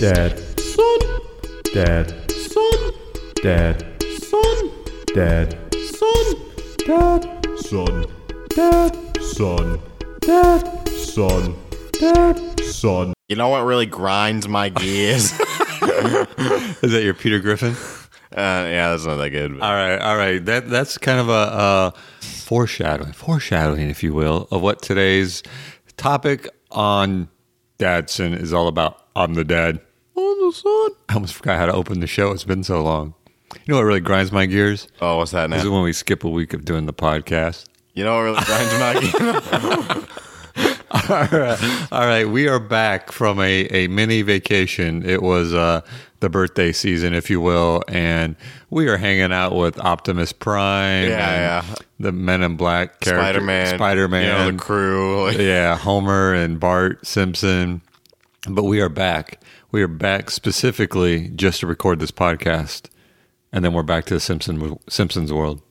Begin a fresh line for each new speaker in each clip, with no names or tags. Dad. Son. Dad. Son. Dad. Son. Dad. Son. Dad. Son. Dad. Son. Dad. Son. Dad. Son.
You know what really grinds my gears? uh,
Is that your Peter Griffin?
yeah, that's not that good. but-
All right, all right. That that's kind of a, uh foreshadowing, foreshadowing, if you will, of what today's topic on Dadson is all about. I'm the dad. I'm the son. I almost forgot how to open the show. It's been so long. You know what really grinds my gears?
oh, what's that
This is
now?
when we skip a week of doing the podcast.
You know what really grinds my gears?
All right, we are back from a, a mini vacation. It was uh, the birthday season, if you will, and we are hanging out with Optimus Prime,
Yeah,
and
yeah.
the Men in Black character,
Spider Man.
Spider Man,
You know, the crew. like-
yeah, Homer and Bart Simpson. But we are back. We are back specifically just to record this podcast, and then we're back to the Simpson Simpsons world.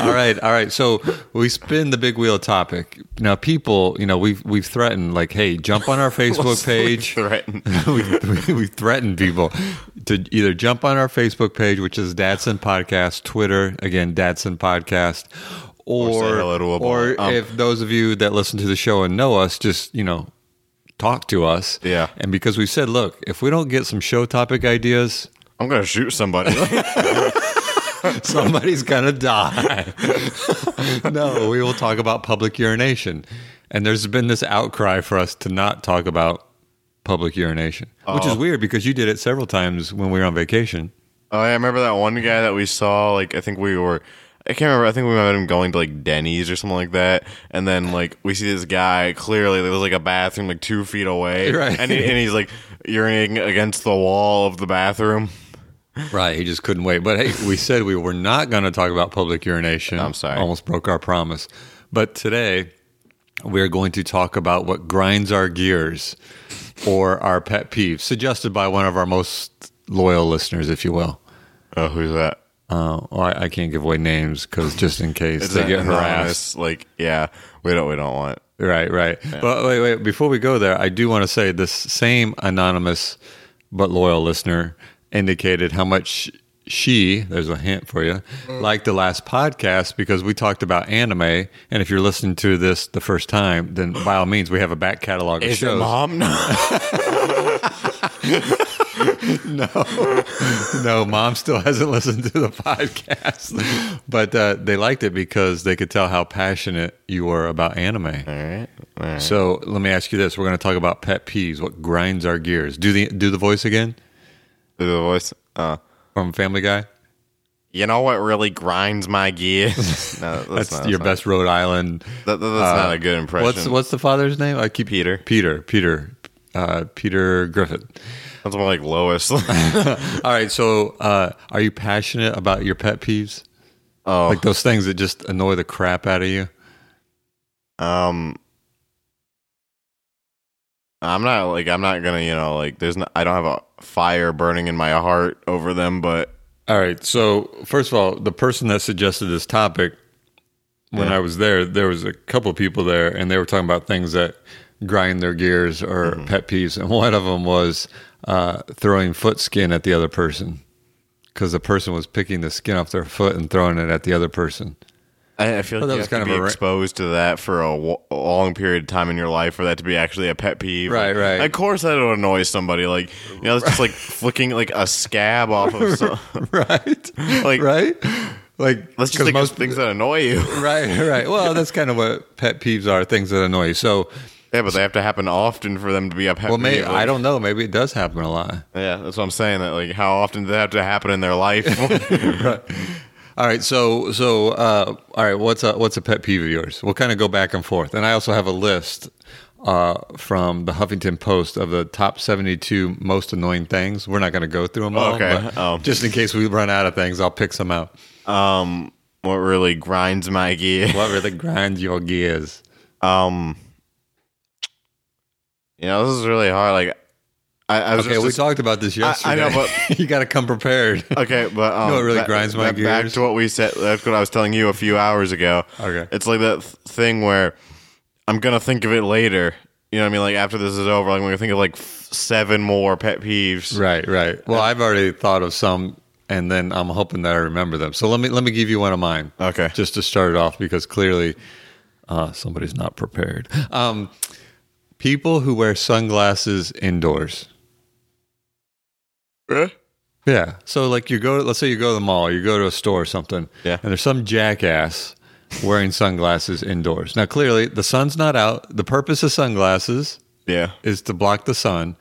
all right, all right. So we spin the big wheel topic. Now, people, you know, we've we've threatened like, hey, jump on our Facebook page.
Threatened.
we, we, we threaten people to either jump on our Facebook page, which is Datsun Podcast, Twitter, again, Datsun Podcast, or,
say hello to a
or
boy. Um,
if those of you that listen to the show and know us, just, you know, talk to us.
Yeah.
And because we said, look, if we don't get some show topic ideas,
I'm going to shoot somebody. Oh,
somebody's going to die. no, we will talk about public urination. And there's been this outcry for us to not talk about public urination, which is weird because you did it several times when we were on vacation.
Oh, yeah, I remember that one guy that we saw. Like, I think we were. I can't remember. I think we met him going to like Denny's or something like that, and then like we see this guy clearly there was like a bathroom like two feet away,
Right.
And, he, and he's like urinating against the wall of the bathroom.
Right. He just couldn't wait. But hey, we said we were not going to talk about public urination.
I'm sorry.
Almost broke our promise. But today, we're going to talk about what grinds our gears or our pet peeves, suggested by one of our most loyal listeners, if you will.
Oh, who's that?
Uh, well, I, I can't give away names because just in case
It's
they
an
get harassed.
anonymous, Like, yeah, we don't we don't want.
Right, right. But wait, wait. Before we go there, I do want to say this same anonymous but loyal listener indicated how much she, there's a hint for you,
Mm.
liked the last podcast because we talked about anime. And if you're listening to this the first time, then by all means, we have a back catalog of shows.
mom? No.
no, mom still hasn't listened to the podcast, but uh, they liked it because they could tell how passionate you were about anime. All right. So let me ask you this: We're going to talk about pet peeves. What grinds our gears? Do the do the voice again
the voice. Uh,
from Family Guy.
you know what really grinds my gears? no,
That's your best Rhode Island.
That, that- that's not a good impression.
What's what's the father's name? I keep
Peter.
Peter. Peter. Uh, Peter Griffin.
that's more like Lois. Oh,
All right. So, uh, are you passionate about your pet peeves?
oh,
Like those things that just annoy the crap out of you?
um, I'm not like I'm not gonna you know like there's no, I don't have a fire burning in my heart over them, but
All right. So, first of all, the person that suggested this topic when I was there, there was a couple of people there and they were talking about things that grind their gears or
Mm-hmm.
pet peeves. And one of them was uh, throwing foot skin at the other person because the person was picking the skin off their foot and throwing it at the other person.
I, I feel like
that
you
was
have
kind
to
of
be
a ra-
exposed to that for a, w- a long period of time in your life for that to be actually a pet peeve.
Right,
Like,
right.
Of course, that'll annoy somebody. Like you know, it's just like flicking like a scab off of. Some,
right.
Like-
right. Like,
let's just
'cause
think
most-
of things that annoy you.
Right, right. Well, that's kind of what pet peeves are things that annoy you. So,
Yeah, but they have to happen often for them to be a pet
well, maybe,
peeve. like-
I don't know. Maybe it does happen a lot.
Yeah, that's what I'm saying. That like, how often does that have to happen in their life?
All right, so so uh, all right, what's a what's a pet peeve of yours? We'll kind of go back and forth, and I also have a list uh, from the Huffington Post of the top seventy-two most annoying things. We're not going to go through them all,
Okay,
but
oh.
just in case we run out of things, I'll pick some out.
um, what really grinds my gear?
What really grinds your gears?
Um, you know, this is really hard. Like, I, I was
Okay,
just
we talked about this
I- I
yesterday.
know,
you got to come prepared.
Okay, but um,
know what really grinds my
back, Back
gears?
to what we said. That's what I was telling you a few hours ago.
Okay.
it's like that th- thing where I'm gonna think of it later, You know what I mean? Like after this is over, like we're gonna think of like f- seven more pet peeves.
Right, right. Well, I've already thought of some, and then I'm hoping that I remember them. So let me let me give you one of mine.
Okay.
Just to start it off, because clearly uh, somebody's not prepared. Um, people who wear sunglasses indoors. Yeah. So like you go, let's say you go to the mall, you go to a store or something.
Yeah.
And there's some jackass wearing sunglasses indoors. Now clearly the sun's not out. The purpose of sunglasses
Yeah.
is to block the sun.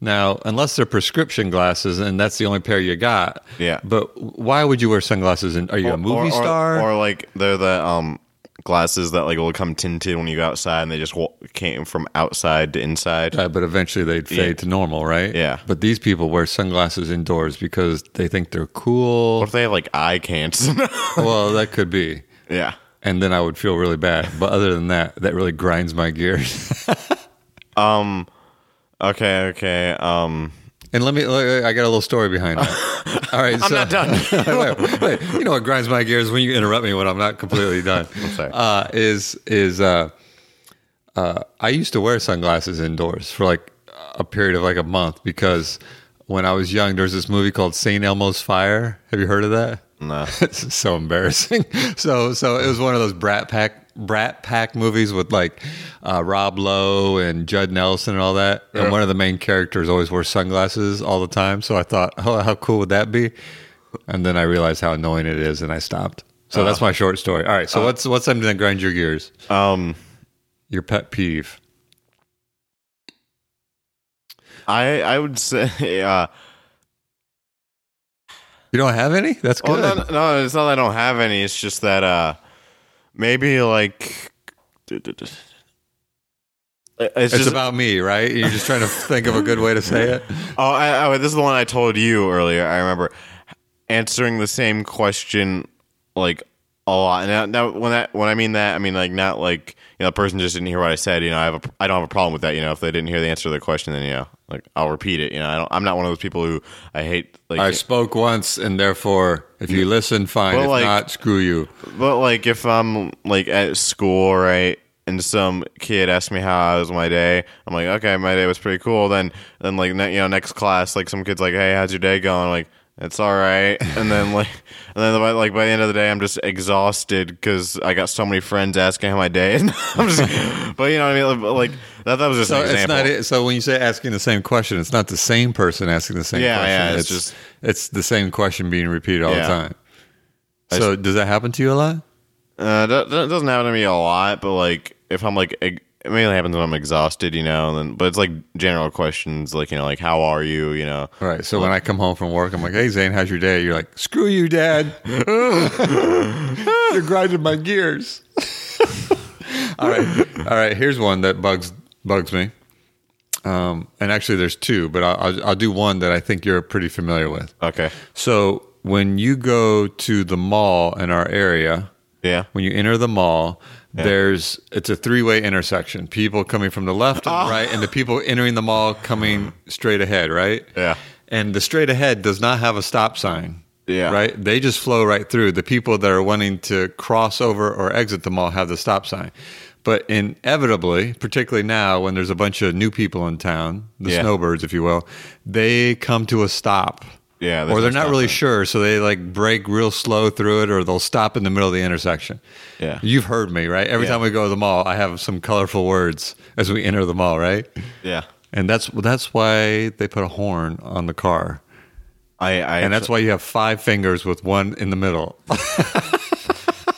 Now, unless they're prescription glasses and that's the only pair you got.
Yeah.
But why would you wear sunglasses? And are you a movie
or,
star?
or like they're the um glasses that like will come tinted when you go outside, and they just wa- came from outside to inside.
Uh, but eventually they'd fade to normal, right?
Yeah.
But these people wear sunglasses indoors because they think they're cool.
What if they have like eye cancer?
well, that could be.
yeah.
And then I would feel really bad. But other than that, that really grinds my gears.
Okay. Okay. Um.
And let me, I got a little story behind that. All right. I'm so,
not done.
wait, wait. you know what grinds my gears when you interrupt me when I'm not completely done? I'm
sorry.
Uh, is, is, uh, uh, I used to wear sunglasses indoors for like a period of like a month because when I was young, there's this movie called St. Elmo's Fire. Have you heard of that?
No.
it's so embarrassing. So so it was one of those brat pack brat pack movies with like uh, Rob Lowe and Judd Nelson and all that. And one of the main characters always wore sunglasses all the time. So I thought, oh, how cool would that be? And then I realized how annoying it is, and I stopped. So
Uh-huh.
that's my short story. All right. So what's what's something that grinds your gears?
Um.
Your pet peeve.
I I would say. Uh,
You don't have any? That's good.
Well, no, no, no, it's not that I don't have any. It's just that uh, maybe like it's,
It's
just
about me, right? You're just trying to think of a good way to say it.
oh, I, oh, this is the one I told you earlier. I remember answering the same question like a lot. Now, now when that when I mean that, I mean like not like you know the person just didn't hear what I said. You know, I have a I don't have a problem with that. You know, if they didn't hear the answer to the question, then you know, like I'll repeat it. You know, I don't. I'm not one of those people who I hate like
I spoke once, and therefore, if you listen, fine.
Well,
if
like-
not, screw you.
But like if I'm like at school, right, and some kid asks me how was my day, I'm like, okay, my day was pretty cool. Then then like ne- you know next class, like some kid's like, hey, how's your day going? I'm like it's all right. And then like and then by, like by the end of the day, I'm just exhausted because I got so many friends asking how my day. is. I'm just, but you know what I mean? But, Like that, that was just
So
an
it's
example.
not. it- So when you say asking the same question, it's not the same person asking the same
Yeah,
question.
yeah, it's just-
it's the same question being repeated all
Yeah.
the time. So does that happen to you a lot?
Uh, that, that doesn't happen to me a lot, but like if I'm like, eg- it mainly happens when I'm exhausted, you know. And then, but it's like general questions, like you know, like how are you, you know.
All right. So when I come home from work, I'm like, "Hey Zane, how's your day?" You're like, "Screw you, Dad." You're grinding my gears. all right, all right. Here's one that bugs bugs me. Um, and actually, there's two, but I'll, I'll, I'll do one that I think you're pretty familiar with.
Okay.
So when you go to the mall in our area,
Yeah.
when you enter the mall, there's it's a three-way intersection. People coming from the left
Ah.
and right, and the people entering the mall coming straight ahead, right?
Yeah.
And the straight ahead does not have a stop sign.
Yeah.
Right? They just flow right through. The people that are wanting to cross over or exit the mall have the stop sign. But inevitably, particularly now when there's a bunch of new people in town, the
Yeah.
snowbirds, if you will, they come to a stop.
Yeah, there's
Or they're
no
not
stop
really
sign.
sure. So they like break real slow through it or they'll stop in the middle of the intersection.
Yeah.
You've heard me, right? Every
Yeah.
time we go to the mall, I have some colorful words as we enter the mall, right?
Yeah.
And that's that's why they put a horn on the car.
I. I
And that's why you have five fingers with one in the middle.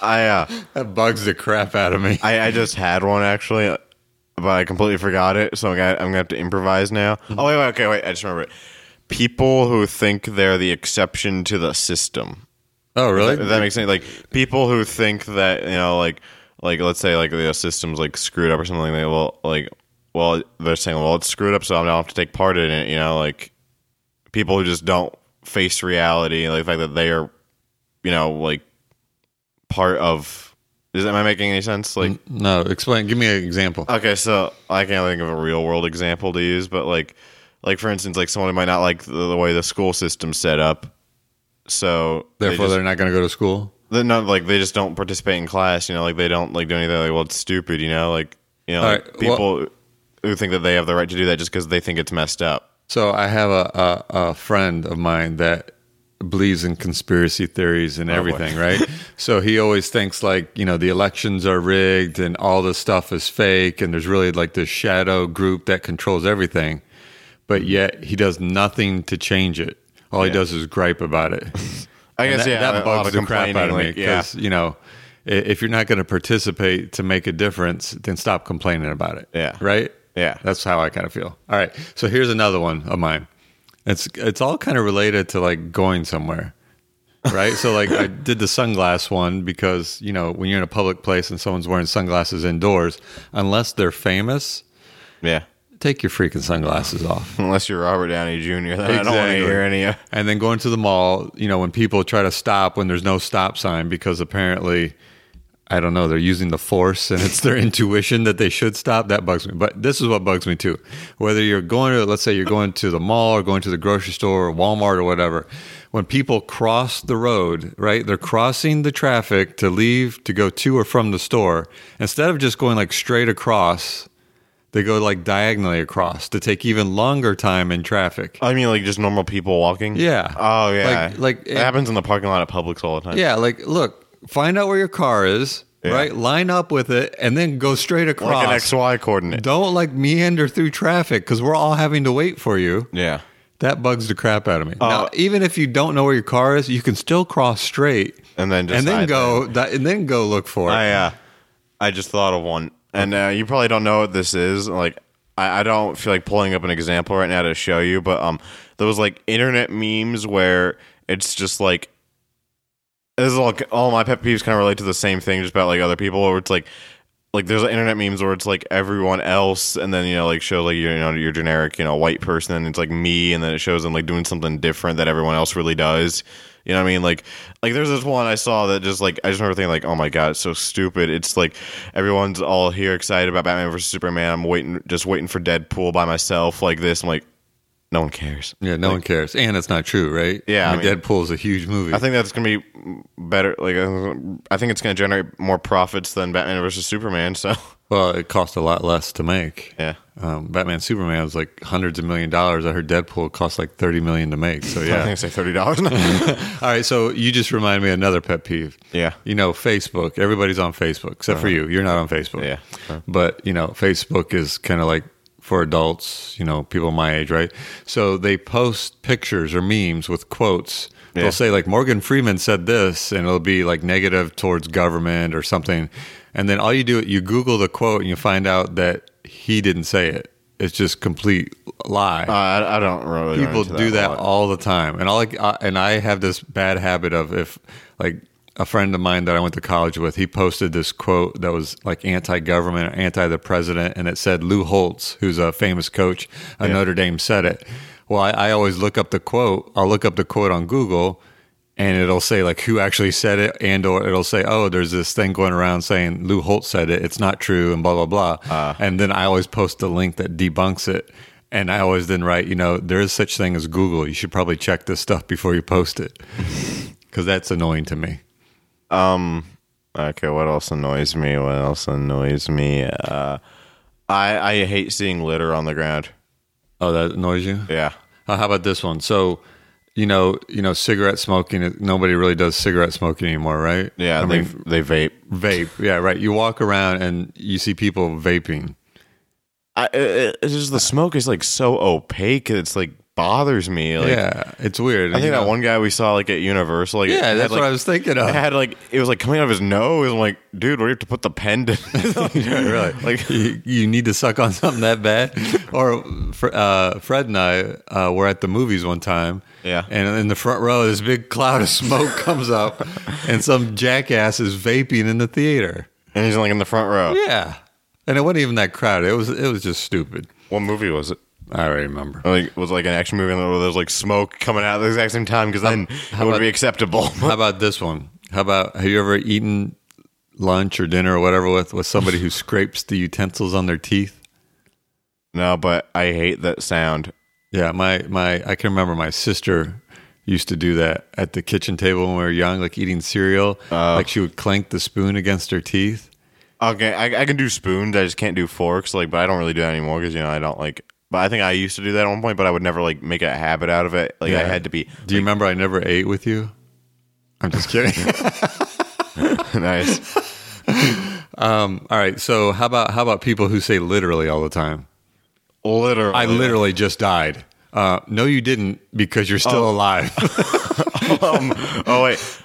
I. Uh,
that bugs the crap out of me.
I. I just had one actually, but I completely forgot it. So I'm gonna, I'm gonna have to improvise now.
Mm-hmm.
Oh wait, wait. Okay. Wait. I just remember it. People who think they're the exception to the system.
Oh, really?
If that makes sense. Like people who think that you know, like, like let's say like the system's like screwed up or something. They will like, well, they're saying, well, it's screwed up, so I'm now have to take part in it. You know, like people who just don't face reality, like the fact that they are, you know, like part of. Is am I making any sense? Like,
no, explain. Give me an example.
Okay, so I can't think of a real world example to use, but like, like for instance, like someone might not like the, the way the school system's set up, so they
Therefore,
just-
they're not going to go to school.
they're not like they just don't participate in class. You know, like they don't like do anything. Like, well, it's stupid. You know, like you know,
All
like,
right,
people who think that they have the right to do that just because they think it's messed up.
So I have a, a, a friend of mine that believes in conspiracy theories
Oh,
and everything, right? So he always thinks like, you know, the elections are rigged and all this stuff is fake and there's really like this shadow group that controls everything.
Mm-hmm.
But yet he does nothing to change it. All he does is gripe about it.
I guess
And
yeah,
that,
a
that
lot
bugs
of
the crap
complaining,
out of me
like, yeah.
because you know, i- if you're not going to participate to make a difference, then stop complaining about it.
Yeah.
right.
Yeah.
that's how I kind of feel. All right, so here's another one of mine. It's it's all kind of related to like going somewhere, right? so like I did the sunglass one because you know when you're in a public place and someone's wearing sunglasses indoors, unless they're famous,
Yeah.
take your freaking sunglasses off.
Unless you're Robert Downey Jr., then I don't want to
Exactly.
hear any. of-
And then going to the mall, you know, when people try to stop when there's no stop sign because apparently, I don't know, they're using the force and it's their intuition that they should stop. That bugs me. But this is what bugs me too. Whether you're going to, let's say you're going to the mall or going to the grocery store or Walmart or whatever, when people cross the road, right? They're crossing the traffic to leave to go to or from the store. Instead of just going like straight across, they go like diagonally across to take even longer time in traffic.
I mean, like just normal people walking.
Yeah.
Oh yeah.
Like- like-
it, happens in the parking lot at Publix all the time.
Yeah, like look, find out where your car is,
Yeah.
right? Line up with it, and then go straight
Like
across.
an X Y coordinate.
Don't like meander through traffic because we're all having to wait for you.
Yeah.
That bugs the crap out of
Uh,
me. now, even if you don't know where your car is, you can still cross straight
And then just
and then
hide
go that, and then go look for it.
I uh, I just thought of one, and uh, you probably don't know what this is. Like, I, I don't feel like pulling up an example right now to show you, but um, there was like internet memes where it's just like this is all all my pet peeves kind of relate to the same thing, just about like other people, where it's like. Like there's internet memes where it's like everyone else, and then you know like show like you know your generic you know white person, and it's like me, and then it shows them like doing something different that everyone else really does. You know what I mean? Like, like there's this one I saw that just like I just remember thinking like, oh my god, it's so stupid. It's like everyone's all here excited about Batman versus Superman. I'm waiting, just waiting for Deadpool by myself like this. I'm like, no one cares.
yeah, no one cares, and it's not true, right?
Yeah,
I
I
mean,
mean-
Deadpool's a huge movie.
I think that's gonna be better. Like, uh, I think it's gonna generate more profits than Batman versus Superman. So
well, it cost a lot less to make.
yeah,
Um, Batman Superman was like hundreds of million dollars. I heard Deadpool cost like thirty million to make. So
I
yeah,
think it's like thirty dollars now.
All right, so you just remind me of another pet peeve.
Yeah. Uh-huh.
You know, Facebook. Everybody's on Facebook except for you. You're not on Facebook.
Yeah. Uh-huh.
But, you know, Facebook is kind of like for adults, you know, people my age, right? So they post pictures or memes with quotes.
Yeah.
They'll say like Morgan Freeman said this and it'll be like negative towards government or something. And then all you do you Google the quote and you find out that he didn't say it. It's just complete lie
uh, I, I don't really. run
people
into
do
a
that
lot.
all the time and all like I, and i have this bad habit of if like a friend of mine that i went to college with he posted this quote that was like anti-government or anti the president and it said lou holtz who's a famous coach at notre dame said it well I, I always look up the quote i'll look up the quote on google and it'll say like who actually said it and or it'll say oh there's this thing going around saying lou holt said it it's not true and blah blah blah
Uh.
and then i always post the link that debunks it and i always then write you know there is such thing as google you should probably check this stuff before you post it because that's annoying to me
Okay, what else annoys me? What else annoys me? Uh, I I hate seeing litter on the ground.
oh that annoys you
Yeah.
Uh, how about this one so you know you know cigarette smoking nobody really does cigarette smoking anymore right
Yeah,
i
they
mean
they vape.
vape yeah right you walk around and you see people vaping
I, it, it's just the smoke is like so opaque. It's like bothers me. Like,
yeah it's weird
I think
You know?
that one guy we saw like at Universal. Like,
Yeah,
it
that's
had, like,
what I was thinking of.
It had like it was like coming out of his nose. I'm like, dude, what do you have to put the pendant?
Yeah, really.
Like,
you, you need to suck on something that bad. Or Fr- uh, Fred and I uh, were at the movies one time.
Yeah.
And in the front row, this big cloud of smoke comes up, and some jackass is vaping in the theater.
and he's like in the front row.
Yeah. And it wasn't even that crowded. It was it was just stupid.
What movie was it?
I already remember.
Like, was it, like an action movie where there's like smoke coming out at the exact same time because then it would
about-
be acceptable.
How about this one? How about have you ever eaten lunch or dinner or whatever with with somebody who scrapes the utensils on their teeth?
no, but I hate that sound.
Yeah, my my I can remember my sister used to do that at the
Oh.
kitchen table when we were young, like eating cereal. like she would clank the spoon against her teeth.
Okay, I, I can do spoons. I just can't do forks. Like, but I don't really do that anymore because you know I don't like. But I think I used to do that at one point, but I would never like make a habit out of it. Like I
Yeah.
had to be
Do you remember I never ate with you? I'm just kidding.
nice.
um, all right. So how about how about people who say literally all the time?
Literally,
I literally just died. Uh, no, you didn't because you're still alive.
oh wait,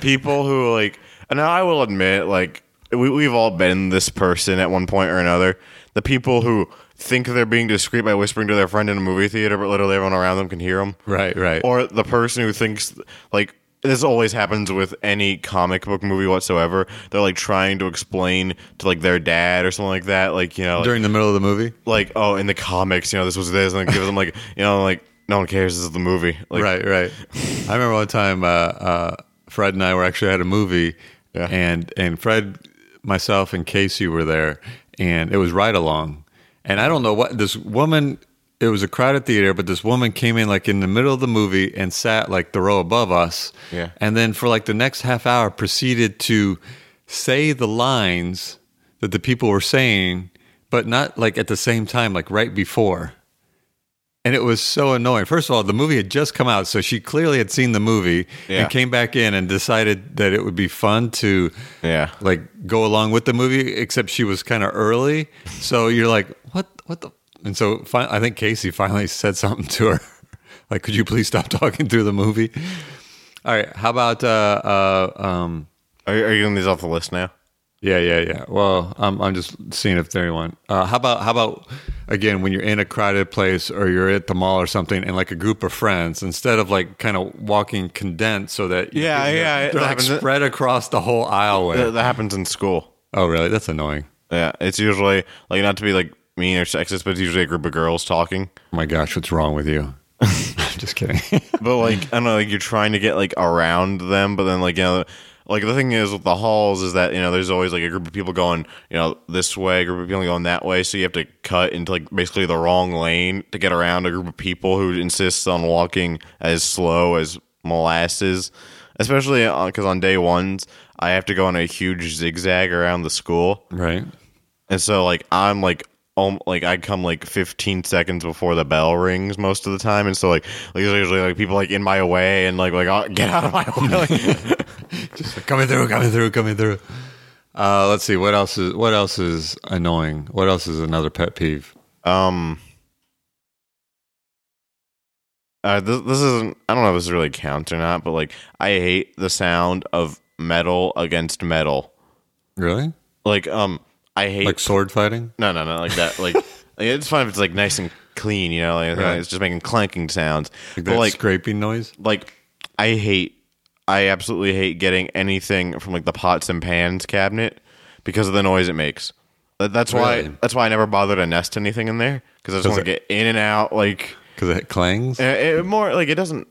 people who like. And I will admit, like we we've all been this person at one point or another. The people who think they're being discreet by whispering to their friend in a movie theater, but literally everyone around them can hear them.
right. Right.
or the person who thinks like this always happens with any comic book movie whatsoever. They're like trying to explain to like their dad or something like that, like you know, like,
during the middle of the movie.
like, oh, in the comics, you know, this was this, and it gives them like you know, like no one cares. This is the movie, like,
right, right. I remember one time uh, uh, Fred and I were actually at a movie,
Yeah.
and and Fred, myself, and Casey were there, and it was ride along, and I don't know what this woman. It was a crowded theater, but this woman came in like in the middle of the movie and sat like the row above us.
Yeah.
And then for like the next half hour, proceeded to say the lines that the people were saying, but not like at the same time, like right before. And it was so annoying. First of all, the movie had just come out, so she clearly had seen the movie
Yeah.
and came back in and decided that it would be fun to
Yeah.
like go along with the movie, except she was kind of early. So you're like, "What what the And so fin- I think Casey finally said something to her. like, "Could you please stop talking through the movie?" All right, how about uh uh um
Are, are you getting these off the list now?
yeah, yeah, yeah. Well, I'm I'm just seeing if there anyone. Uh, how about how about again when you're in a crowded place or you're at the mall or something, and like a group of friends, instead of like kind of walking condensed so that you-
Yeah,
you're-
yeah, it
they're like
happens.
spread across the whole
That,
aisleway.
that happens in school.
Oh, really? That's annoying.
Yeah, it's usually like not to be like mean or sexist, but it's usually a group of girls talking.
Oh my gosh, what's wrong with you? I'm just kidding.
but like I don't know, like you're trying to get like around them, but then like you know, like the thing is with the halls is that you know there's always like a group of people going you know this way, a group of people going that way, so you have to cut into like basically the wrong lane to get around a group of people who insists on walking as slow as molasses, especially because on day ones I have to go on a huge zigzag around the school.
right?
And so like I'm like um, like I come like 15 seconds before the bell rings most of the time, and so like like there's usually like people like in my way and like like oh, get out of my way. Like,
Just coming through, coming through, coming through. Uh, let's see what else is what else is annoying. What else is another pet peeve?
um, uh, this this isn't I don't know if this really counts or not, but like I hate the sound of metal against metal.
Really?
Like um, I hate
Like sword fighting?
No, no, no, like that. Like, like, it's fine if it's like nice and clean, you know. Like,
Right.
it's just making clanking sounds.
Like
but
that
like,
scraping noise?
like, I hate, I absolutely hate getting anything from like the pots and pans cabinet because of the noise it makes. That- That's why.
Really?
That's why I never bother to nest anything in there because I just want to get in and out. Like,
Because it clangs.
it, it more like it doesn't.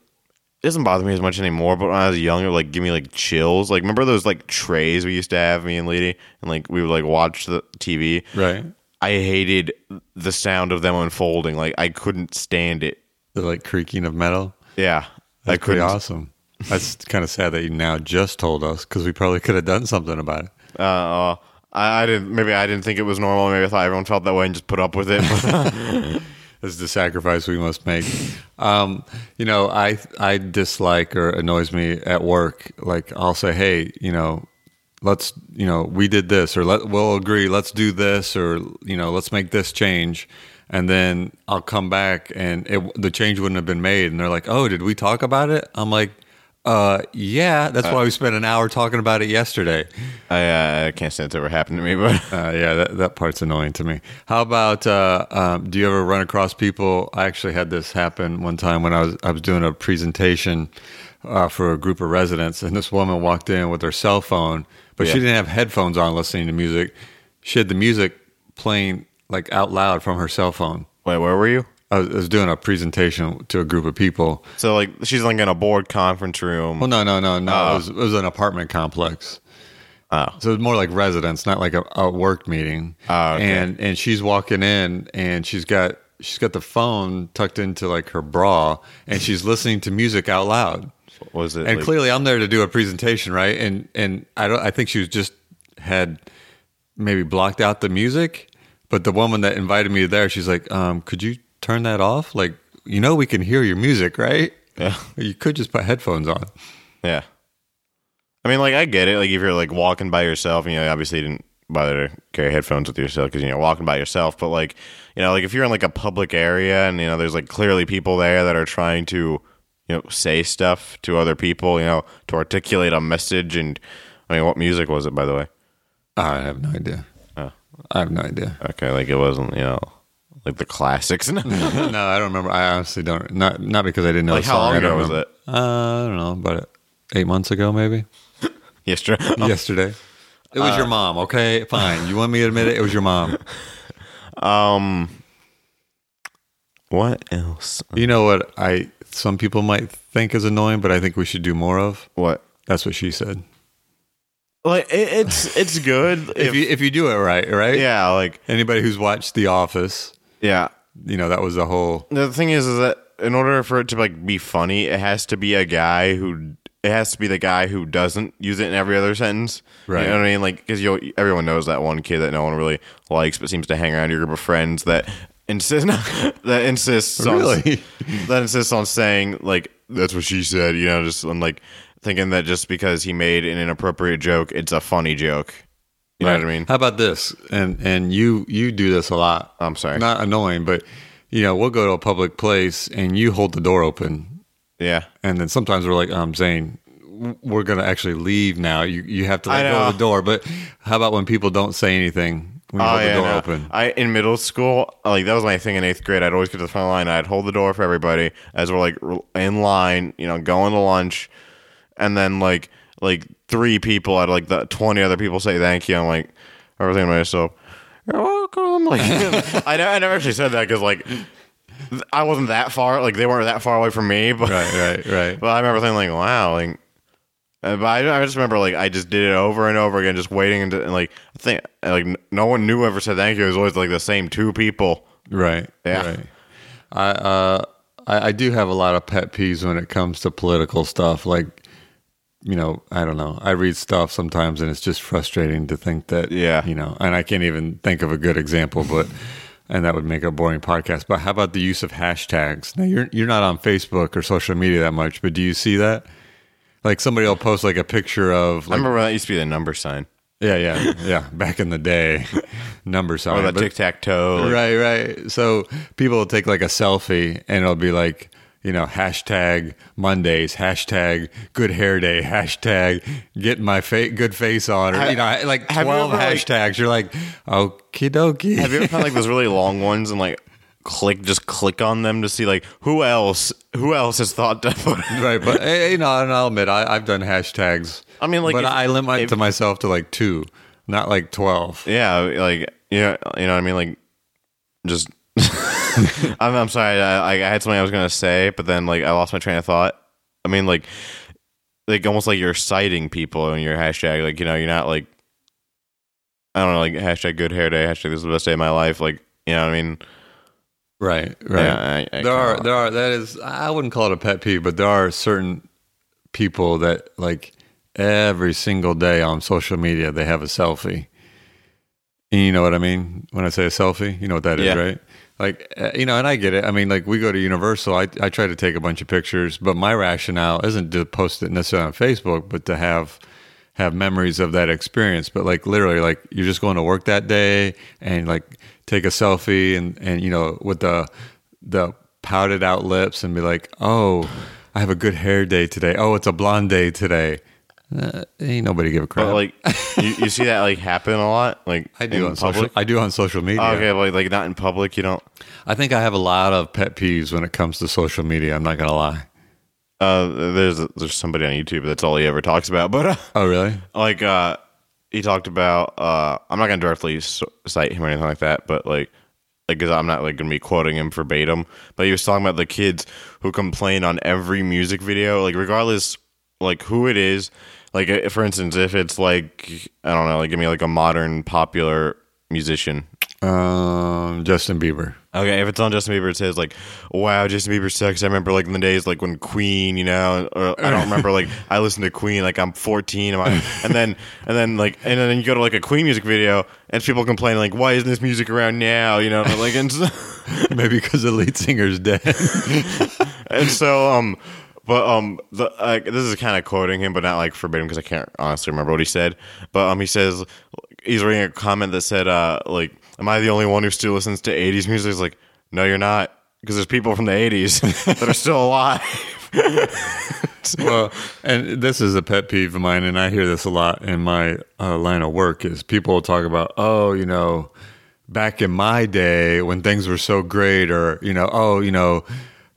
It doesn't bother me as much anymore, but when I was young, it would, like give me like chills. Like remember those like trays we used to have, me and Lady, and like we would like watch the TV.
Right.
I hated the sound of them unfolding. Like I couldn't stand it.
The like creaking of metal.
Yeah, I
That's pretty
couldn't.
awesome. That's kind of sad that you now just told us because we probably could have done something about it.
Uh, uh, I, I didn't. Maybe I didn't think it was normal. Maybe I thought everyone felt that way and just put up with it.
This is the sacrifice we must make. Um, you know, I I dislike or annoys me at work. Like I'll say, hey, you know, let's you know we did this or let we'll agree let's do this or you know let's make this change and then i'll come back and it, the change wouldn't have been made and they're like oh did we talk about it i'm like uh yeah that's why we spent an hour talking about it yesterday
I, uh, I can't say it's ever happened to me, but
uh, yeah that, that part's annoying to me how about uh, um, do you ever run across people i actually had this happen one time when i was, I was doing a presentation uh, for a group of residents and this woman walked in with her cell phone but she
Yeah.
didn't have headphones on listening to music she had the music playing like out loud from her cell phone
wait, where were you?
I was, I was doing a presentation to a group of people.
So like she's like in a board conference room.
Well, Oh, no, no, no, no.
Uh.
it, was, it was an apartment complex.
Oh.
So it was more like residence, not like a, a work meeting.
Oh, okay.
And and she's walking in, and she's got she's got the phone tucked into like her bra, and she's listening to music out loud.
Was it?
And
like-
clearly, I'm there to do a presentation, right? And and I don't. I think she was just had maybe blocked out the music. But the woman that invited me there, she's like, um, "Could you turn that off? Like, you know, we can hear your music, right?
Yeah.
You could just put headphones on."
Yeah. I mean, like, I get it. Like, if you're like walking by yourself, and you know, obviously you didn't bother to carry headphones with yourself because you know walking by yourself. But like, you know, like if you're in like a public area and you know there's like clearly people there that are trying to, you know, say stuff to other people, you know, to articulate a message. And I mean, what music was it, by the way?
I have no idea.
Oh.
I have no idea.
Okay, like it wasn't, you know, like the classics.
Mm,
like
no, I don't remember. I honestly don't. Not not because I didn't know. the
how
song.
long
I don't
ago was
remember.
it?
Uh, I don't know. About eight months ago, maybe.
Yesterday.
Yesterday. It was
Uh.
your mom. Okay, fine. You want me to admit it? It was your mom.
Um, What else?
You know what? I some people might think is annoying, but I think we should do more of.
What?
That's what she said.
Like it, it's it's good. if,
If you if you do it right, right?
yeah, like
Anybody who's watched The Office,
yeah.
you know that was the whole.
the thing is, is that in order for it to like be funny, it has to be a guy who it has to be the guy who doesn't use it in every other sentence.
Right.
You know what I mean? Like because you everyone knows that one kid that no one really likes, but seems to hang around your group of friends that insists that insists on,
Really?
that insists on saying like that's what she said. You know, just on like thinking that just because he made an inappropriate joke, it's a funny joke. You know what I mean?
How about this? And and you you do this a lot.
I'm sorry.
Not annoying, but you know we'll go to a public place and you hold the door open
Yeah.
and then sometimes we're like, um, Zane, we're gonna actually leave now. You you have to
I
like, go
know.
to the door. But how about when people don't say anything when you
Oh,
hold the
yeah,
door
no.
open?
I in middle school, like that was my thing in eighth grade. I'd always get to the front line. I'd hold the door for everybody as we're like r- in line, you know, going to lunch, and then like like three people out of like the twenty other people say thank you. I'm like, I was thinking to myself, you're welcome. Like I know I never actually said that because like th- I wasn't that far. Like they weren't that far away from me, but
Right, right, right.
but I remember thinking like, wow, like. uh, But I, I just remember like I just did it over and over again, just waiting and, and like I think like n- no one knew ever said thank you. It was always like the same two people.
Right.
Yeah.
Right. I uh I, I do have a lot of pet peeves when it comes to political stuff. Like, you know, I don't know. I read stuff sometimes and it's just frustrating to think that
Yeah.
you know, and I can't even think of a good example, but and that would make a boring podcast. But how about the use of hashtags? Now you're you're not on Facebook or social media that much, but do you see that? Like somebody will post like a picture of
I
like
remember when that used to be the number sign
yeah yeah yeah back in the day number sign
or the
but-
tic tac toe.
right right so people will take like a selfie and it'll be like you know hashtag mondays hashtag good hair day hashtag get my fa- good face on or you know like
have you
12
ever, like-
hashtags you're like okie dokie
Have you ever found like those really long ones and like click just click on them to see like who else who else has thought to put it?
right but eh, you know and i'll admit I, i've done hashtags
I mean, like,
but
if-
i limit
if-
to myself to like two not like 12
Yeah, like yeah, you know what I mean. Like just I'm I'm sorry. I I had something I was gonna say, but then like I lost my train of thought. I mean, like like almost like you're citing people in your hashtag. Like you know, you're not like I don't know, like hashtag good hair day, hashtag this is the best day of my life. Like you know what I mean?
right right
Yeah, I- I
there are
kinda-
there are that is I wouldn't call it a pet peeve, but there are certain people that like every single day on social media they have a selfie. And you know what I mean when I say a selfie? You know what that is,
Yeah.
right? Like uh, you know, and I get it. I mean, like we go to Universal. I I try to take a bunch of pictures, but my rationale isn't to post it necessarily on Facebook, but to have have memories of that experience. But like literally, like you're just going to work that day and like take a selfie and and you know with the the pouted out lips and be like, oh, I have a good hair day today. Oh, it's a blonde day today. Uh, ain't nobody give a crap.
But like you, you see that like happen a lot. Like
I do
in
on social.
public.
I do on social media.
Okay, like like not in public. You don't.
I think I have a lot of pet peeves when it comes to social media. I'm not gonna lie.
Uh, there's there's somebody on YouTube that's all he ever talks about. But uh,
Oh, really?
like uh he talked about uh i'm not gonna directly s- cite him or anything like that but like like because i'm not like gonna be quoting him verbatim but he was talking about the kids who complain on every music video like regardless like who it is like uh, for instance if it's like i don't know like give me like a modern popular musician
Um, Justin Bieber.
Okay, if it's on Justin Bieber, it says like, "Wow, Justin Bieber sucks." I remember like in the days like when Queen, you know, or I don't remember like I listened to Queen like I'm 14, am I? and then and then like and then you go to like a Queen music video and people complain like, "Why isn't this music around now?" You know, like and so,
Maybe because the lead singer's dead.
and so um, but um, the like this is kind of quoting him, but not like verbatim because I can't honestly remember what he said. But um, he says he's reading a comment that said uh like, "Am I the only one who still listens to 80s music?" He's like, "No, you're not." Because there's people from the 80s that are still alive.
well, and this is a pet peeve of mine, and I hear this a lot in my uh, line of work. Is people will talk about, oh, you know, back in my day when things were so great, or you know, oh, you know,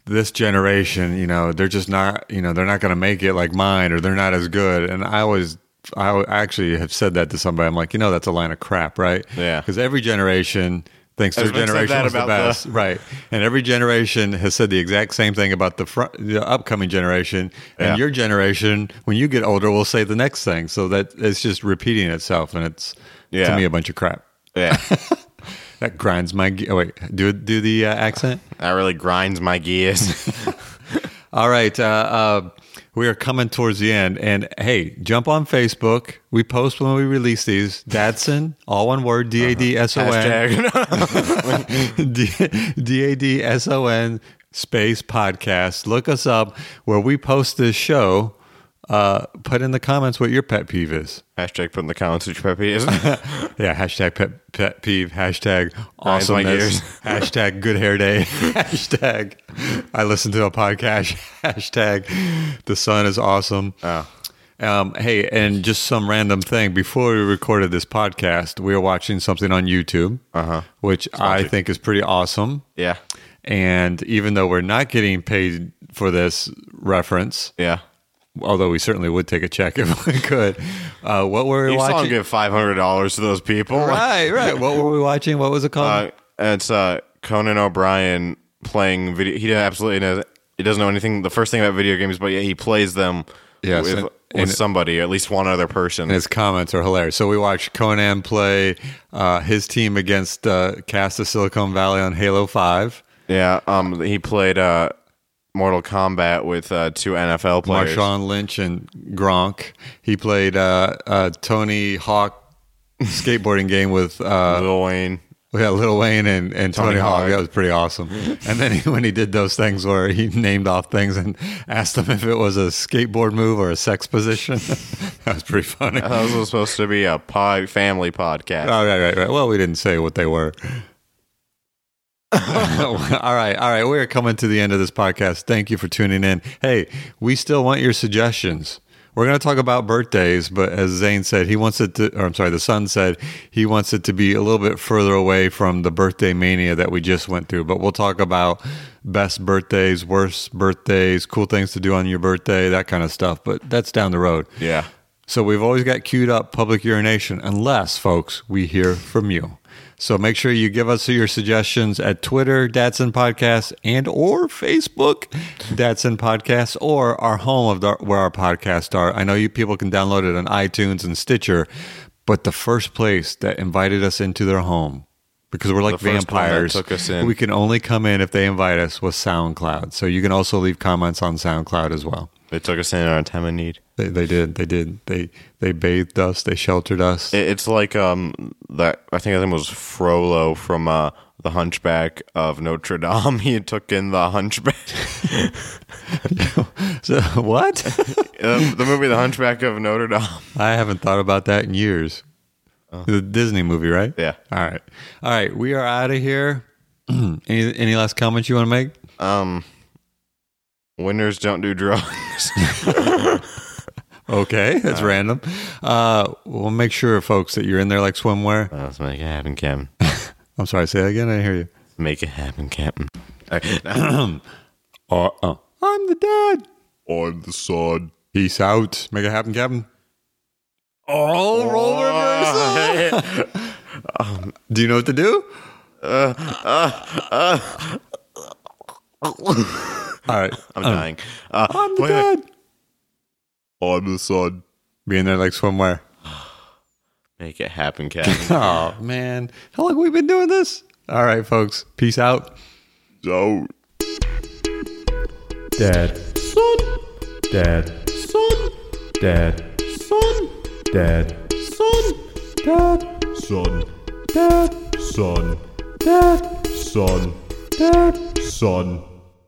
this generation, you know, they're just not, you know, they're not going to make it like mine, or they're not as good. And I always. I al- actually have said that to somebody. I'm like, you know, that's a line of crap, right?
Yeah.
Because every generation thinks their
Everyone said
generation
that
was the
about the-
best right and every generation has said the exact same thing about the front the upcoming generation
Yeah.
and your generation when you get older will say the next thing so that it's just repeating itself and it's
Yeah.
to me a bunch of crap
Yeah,
that grinds my ge- oh, wait do do the uh, accent
that really grinds my gears.
all right uh, uh, we are coming towards the end and hey jump on facebook we post when we release these dadson all one word d-a-d-s-o-n
Hashtag.
D A D S O N space podcast. Look us up where we post this show. Uh, put in the comments what your pet peeve is.
Hashtag put in the comments which Peppy is.
Yeah, hashtag pet, pet peeve, hashtag
Grinds my
awesomeness,
gears.
hashtag good hair day, hashtag I listen to a podcast, hashtag the sun is awesome. Um, hey, and just some random thing. Before we recorded this podcast, we were watching something on YouTube, uh-huh. which I think is pretty awesome.
Yeah.
And even though we're not getting paid for this reference,
Yeah.
although we certainly would take a check if we could, uh, what were we
You saw him
watching?
give $500 to those people.
Right, right. What were we watching? What was it called?
Uh, it's uh, Conan O'Brien playing video. He absolutely knows. He doesn't know anything. The first thing about video games, but yeah, he plays them
Yes,
with,
and-
with
and-
somebody, at least one other person.
His comments are hilarious. So we watched Conan play uh, his team against uh, Cast of Silicon Valley on Halo Five.
Yeah. Um. He played uh, Mortal Kombat with uh, two NFL players.
Marshawn Lynch and Gronk. He played uh, uh, Tony Hawk skateboarding game with uh,
Lil Wayne.
Yeah, Little Wayne and, and Tony,
Tony
Hawk.
Hawk.
That was pretty awesome. and then he, when he did those things where he named off things and asked them if it was a skateboard move or a sex position, that was pretty funny.
That was supposed to be a pod, family podcast.
All Oh, right, right, right. Well, we didn't say what they were. all right, all right. We're coming to the end of this podcast. Thank you for tuning in. Hey, we still want your suggestions. We're going to talk about birthdays, but as Zane said, he wants it to, or I'm sorry, the son said he wants it to be a little bit further away from the birthday mania that we just went through. But we'll talk about best birthdays, worst birthdays, cool things to do on your birthday, that kind of stuff. But that's down the road.
yeah.
So we've always got queued up public urination, unless, folks, we hear from you. So make sure you give us your suggestions at Twitter, Datsun Podcast, and or Facebook, Datsun Podcast, or our home of the, where our podcasts are. I know you people can download it on iTunes and Stitcher, but the first place that invited us into their home, because we're like
The first one that
vampires,
took us in.
we can only come in if they invite us with SoundCloud. So you can also leave comments on SoundCloud as well.
They took us in our time of need.
They, they did. They did. They they bathed us. They sheltered us.
It- It's like um that I think his name was Frollo from uh the Hunchback of Notre Dame. He took in the Hunchback,
so, what?
uh, the movie The Hunchback of Notre Dame.
I haven't thought about that in years. The Disney movie, right?
Yeah.
All right. All right. We are out of here. any any last comments you want to make?
Um, winners don't do drugs.
Okay, that's random. Uh, we'll make sure, folks, that you're in there like swimwear.
Let's make it happen, Captain.
I'm sorry. Say that again. I didn't hear you.
Make it happen, Captain.
Uh, uh, I'm the dad.
On the sun.
Peace out. Make it happen, Captain. Oh, roll reversal. Do you know what to do?
Uh,
All right.
I'm dying. Uh,
I'm the
wait, wait.
dad.
On the sun.
Being there like swimwear.
Make it happen, Captain.
Oh man, how long have we been doing this? All right, folks. Peace out.
Out.
Dad. Son. Dad. Son. Dad. Son. Dad. Son. Dad.
Son.
Dad.
Son.
Dad.
Son.
Dad.
Son.